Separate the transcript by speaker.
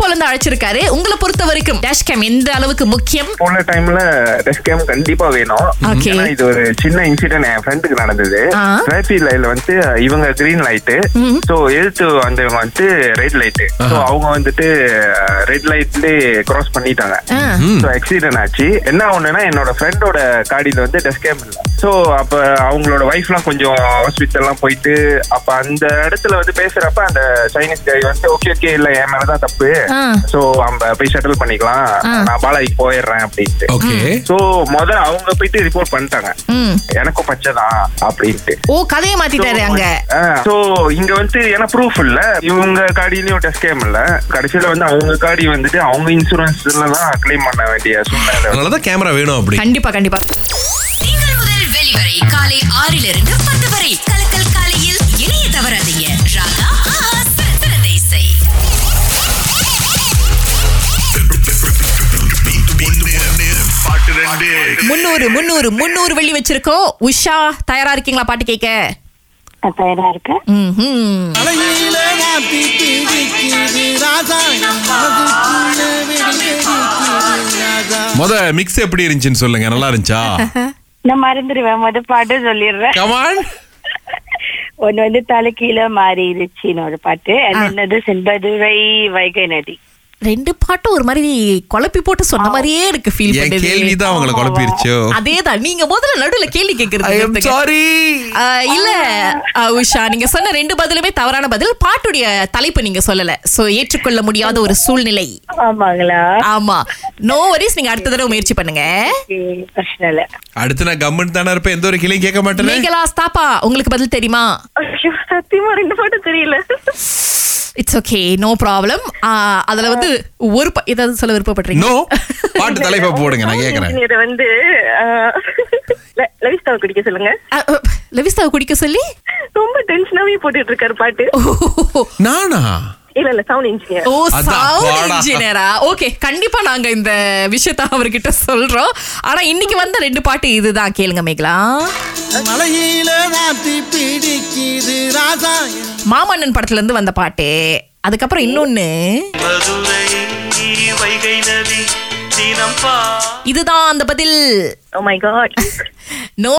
Speaker 1: Poland அழைச்சிருக்காரு உங்களை பொறுத்த வரைக்கும் டேஷ் கேம் எந்த அளவுக்கு முக்கியம்
Speaker 2: போன டைம்ல ரெஸ்கேம் கண்டிப்பா வேணும்
Speaker 1: Okay.
Speaker 2: ஏன்னா இது ஒரு சின்ன இன்சிடென்ட் என் ஃப்ரெண்டுக்கு நடந்தது
Speaker 1: ஆ.
Speaker 2: டிராபிக் லைட்ல வந்து இவங்க கிரீன் லைட்டு சோ எழுத்து வந்தவங்க வந்து ரெட் லைட்டு சோ
Speaker 3: ஆஹா.
Speaker 2: அவங்க வந்துட்டு ரெட் லைட்ல கிராஸ் பண்ணிட்டாங்க
Speaker 1: ஆ.
Speaker 2: சோ ஆக்சிடென்ட் ஆச்சு என்ன ஒண்ணுன்னா என்னோட ஃப்ரெண்டோட காடியில வந்து டெஸ்கேம் இல்ல சோ அப்ப அவங்களோட ஒய்ஃப்லாம் கொஞ்சம் ஹாஸ்பிட்டல்லாம் போயிட்டு அப்ப அந்த இடத்துல வந்து பேசுறப்ப அந்த சைனீஸ் கை வந்து ஓகே ஓகே இல்ல என் மேலதான் தப்பு
Speaker 1: ஆ.
Speaker 2: சோ நம்ம போய் செட்டில் பண்ணிக்கலாம்
Speaker 1: ஆ.
Speaker 2: நான் பாலாஜிக்கு போயிடுறேன் அப்படின்ட்டு
Speaker 3: ஓகே
Speaker 2: சோ முத அவங்க போயிட்டு ரிப்போர்ட் பண்ணிட்டாங்க
Speaker 1: ம்.
Speaker 2: எனக்கும் பச்சைதான் அப்படின்ட்டு
Speaker 1: ஓ கதையை மாத்திட்டாரு அங்க
Speaker 2: சோ இங்க வந்து ஏன்னா ப்ரூஃப் இல்ல இவங்க காடியிலயும் டெஸ்கேம் இல்ல கடைசியில வந்து அவங்க காடி வந்துட்டு அவங்க இன்சூரன்ஸ்ல தான் க்ளைம் பண்ண வேண்டிய சூழ்நிலை
Speaker 3: அதனாலதான் கேமரா வேணும் அப்படி
Speaker 1: கண்டிப்பா கண்டிப்பா
Speaker 4: திங்கள் முதல் வெளிவரை காலை ஆறிலிருந்து பத்து வரை கலக்கல் காலையில் இணைய தவறாதீங்க ராதா ஆஹா, சிறந்த இசை
Speaker 1: முந்நூறு முந்நூறு முந்நூறு வெள்ளி வச்சிருக்கோம் உஷா தயாரா இருக்கீங்களா பாட்டு கேட்க
Speaker 5: நான் தயாரா இருக்கேன்
Speaker 1: ம்ஹும்.
Speaker 6: தலையில வாத்தி பிடிக்குது ராஜா என் மனதுக்குள்ள வெடிவெடிக்குது ராஜா
Speaker 3: முத மிக்ஸ் எப்படி இருந்துச்சுன்னு சொல்லுங்க நல்லா இருந்துச்சா
Speaker 5: நான் மறந்துடுவேன் முத பாட்டு சொல்லிடுறேன்
Speaker 3: கமான்
Speaker 5: ஒன்னு வந்து தலைக்கீழ மாறிடுச்சின்னு ஒரு பாட்டு அது என்னது செண்பதுரை வைகை நதி
Speaker 1: ரெண்டு பாட்டும் ஒரு மாதிரி குழப்பி போட்டு சொன்ன மாதிரியே இருக்கு ஃபீல்
Speaker 3: என்
Speaker 1: பண்ணுது
Speaker 3: கேள்விதான் உங்களை குழப்பிருச்சோ
Speaker 1: அதேதான் நீங்க முதல்ல நடுவுல கேள்வி
Speaker 3: ஐ எம்
Speaker 1: கேக்குறது
Speaker 3: சாரி
Speaker 1: ஆஹ் இல்ல ஆஹ் உஷா நீங்க சொன்ன ரெண்டு பதிலுமே தவறான பதில் பாட்டுடைய தலைப்பு நீங்க சொல்லல சோ ஏற்றுக்கொள்ள முடியாத ஒரு சூழ்நிலை
Speaker 5: ஆமாங்களா
Speaker 1: ஆமா நோ வரிஸ் நீங்க அடுத்த தடவை முயற்சி பண்ணுங்க
Speaker 5: சரி, பிரச்சனை இல்ல
Speaker 3: அடுத்து நான் கம்மன் தானே இருப்பேன் எந்த ஒரு கிளையும் கேட்க மாட்டேனே
Speaker 1: நீங்களா ஸ்தாப்பா உங்களுக்கு பதில் தெரியுமா
Speaker 5: ஐயோ, சத்தியமா ரெண்டு பாட்டு தெரியல
Speaker 1: இட்ஸ் ஓகே நோ ப்ராப்ளம் அதுல வந்து ஒரு ப- ஏதாவது சொல்ல விருப்பப்படுறீங்க
Speaker 3: நோ பாட்டு தலைப்பை போடுங்க நான் கேக்குறேன்
Speaker 5: இதை வந்து லவிஸ்தாவை குடிக்க சொல்லுங்க
Speaker 1: அஹ், அஹ், லவிஸ்தாவை குடிக்க சொல்லி
Speaker 5: ரொம்ப டென்ஷனாவே போட்டுட்டு இருக்காரு பாட்டு
Speaker 3: நானா
Speaker 5: இல்ல இல்ல சவுண்ட் இன்ஜினியர்
Speaker 1: ஓ
Speaker 3: அதான்,
Speaker 1: சவுண்ட்
Speaker 3: வாடா.
Speaker 1: இன்ஜினியரா ஓகே கண்டிப்பா நாங்க இந்த விஷயத்த அவர்கிட்ட சொல்றோம் ஆனா இன்னைக்கு வந்த ரெண்டு பாட்டு இதுதான் கேளுங்க மேகலா
Speaker 6: மலையில வாத்தி பிடிக்குது ராஜா என்
Speaker 1: மாமன்னன் படத்துல இருந்து வந்த பாட்டு அதுக்கப்புறம் இன்னொன்னு
Speaker 7: மதுரை வைகை நதி தினம் பா
Speaker 5: Oh
Speaker 1: இதுதான் அந்த பதில்
Speaker 5: ஓ மை காட்
Speaker 1: நோ